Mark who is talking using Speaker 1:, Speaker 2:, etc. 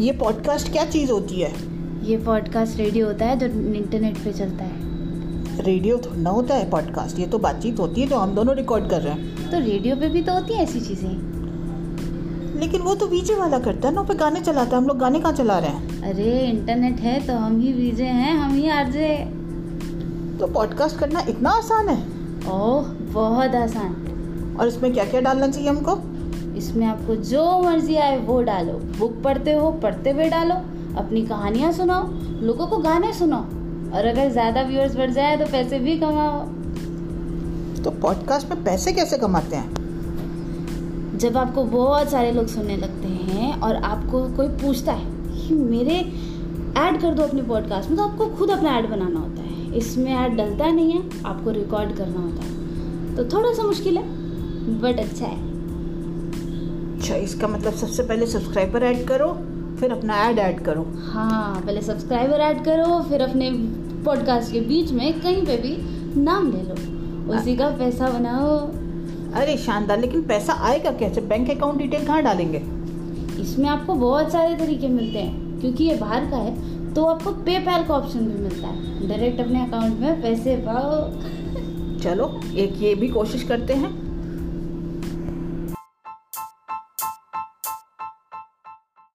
Speaker 1: ये पॉडकास्ट क्या चीज़ होती है
Speaker 2: ये पॉडकास्ट रेडियो होता है जो इंटरनेट पे चलता है
Speaker 1: रेडियो थोड़ा ना होता है पॉडकास्ट ये तो बातचीत होती है जो हम दोनों रिकॉर्ड कर रहे हैं
Speaker 2: तो रेडियो पे भी तो होती हैं ऐसी चीज़ें
Speaker 1: लेकिन वो तो वीजे वाला करता है ना वो पे गाने चलाता है हम लोग गाने कहाँ चला रहे हैं
Speaker 2: अरे इंटरनेट है तो हम ही वीजे हैं हम ही आरजे
Speaker 1: तो पॉडकास्ट करना इतना आसान है
Speaker 2: ओह बहुत आसान
Speaker 1: और इसमें क्या क्या डालना चाहिए हमको
Speaker 2: इसमें आपको जो मर्जी आए वो डालो बुक पढ़ते हो पढ़ते हुए डालो अपनी कहानियाँ सुनाओ लोगों को गाने सुनाओ और अगर ज़्यादा व्यूअर्स बढ़ जाए तो पैसे भी कमाओ
Speaker 1: तो पॉडकास्ट में पैसे कैसे कमाते हैं
Speaker 2: जब आपको बहुत सारे लोग सुनने लगते हैं और आपको कोई पूछता है कि मेरे ऐड कर दो अपने पॉडकास्ट में तो आपको खुद अपना ऐड बनाना होता है इसमें ऐड डलता नहीं है आपको रिकॉर्ड करना होता है तो थोड़ा सा मुश्किल है बट अच्छा है
Speaker 1: अच्छा इसका मतलब सबसे पहले सब्सक्राइबर ऐड करो फिर अपना ऐड ऐड करो
Speaker 2: हाँ पहले सब्सक्राइबर ऐड करो फिर अपने पॉडकास्ट के बीच में कहीं पे भी नाम ले लो उसी का पैसा बनाओ
Speaker 1: अरे शानदार लेकिन पैसा आएगा कैसे बैंक अकाउंट डिटेल कहाँ डालेंगे
Speaker 2: इसमें आपको बहुत सारे तरीके मिलते हैं क्योंकि ये बाहर का है तो आपको पे का ऑप्शन भी मिलता है डायरेक्ट अपने अकाउंट में पैसे पाओ
Speaker 1: चलो एक ये भी कोशिश करते हैं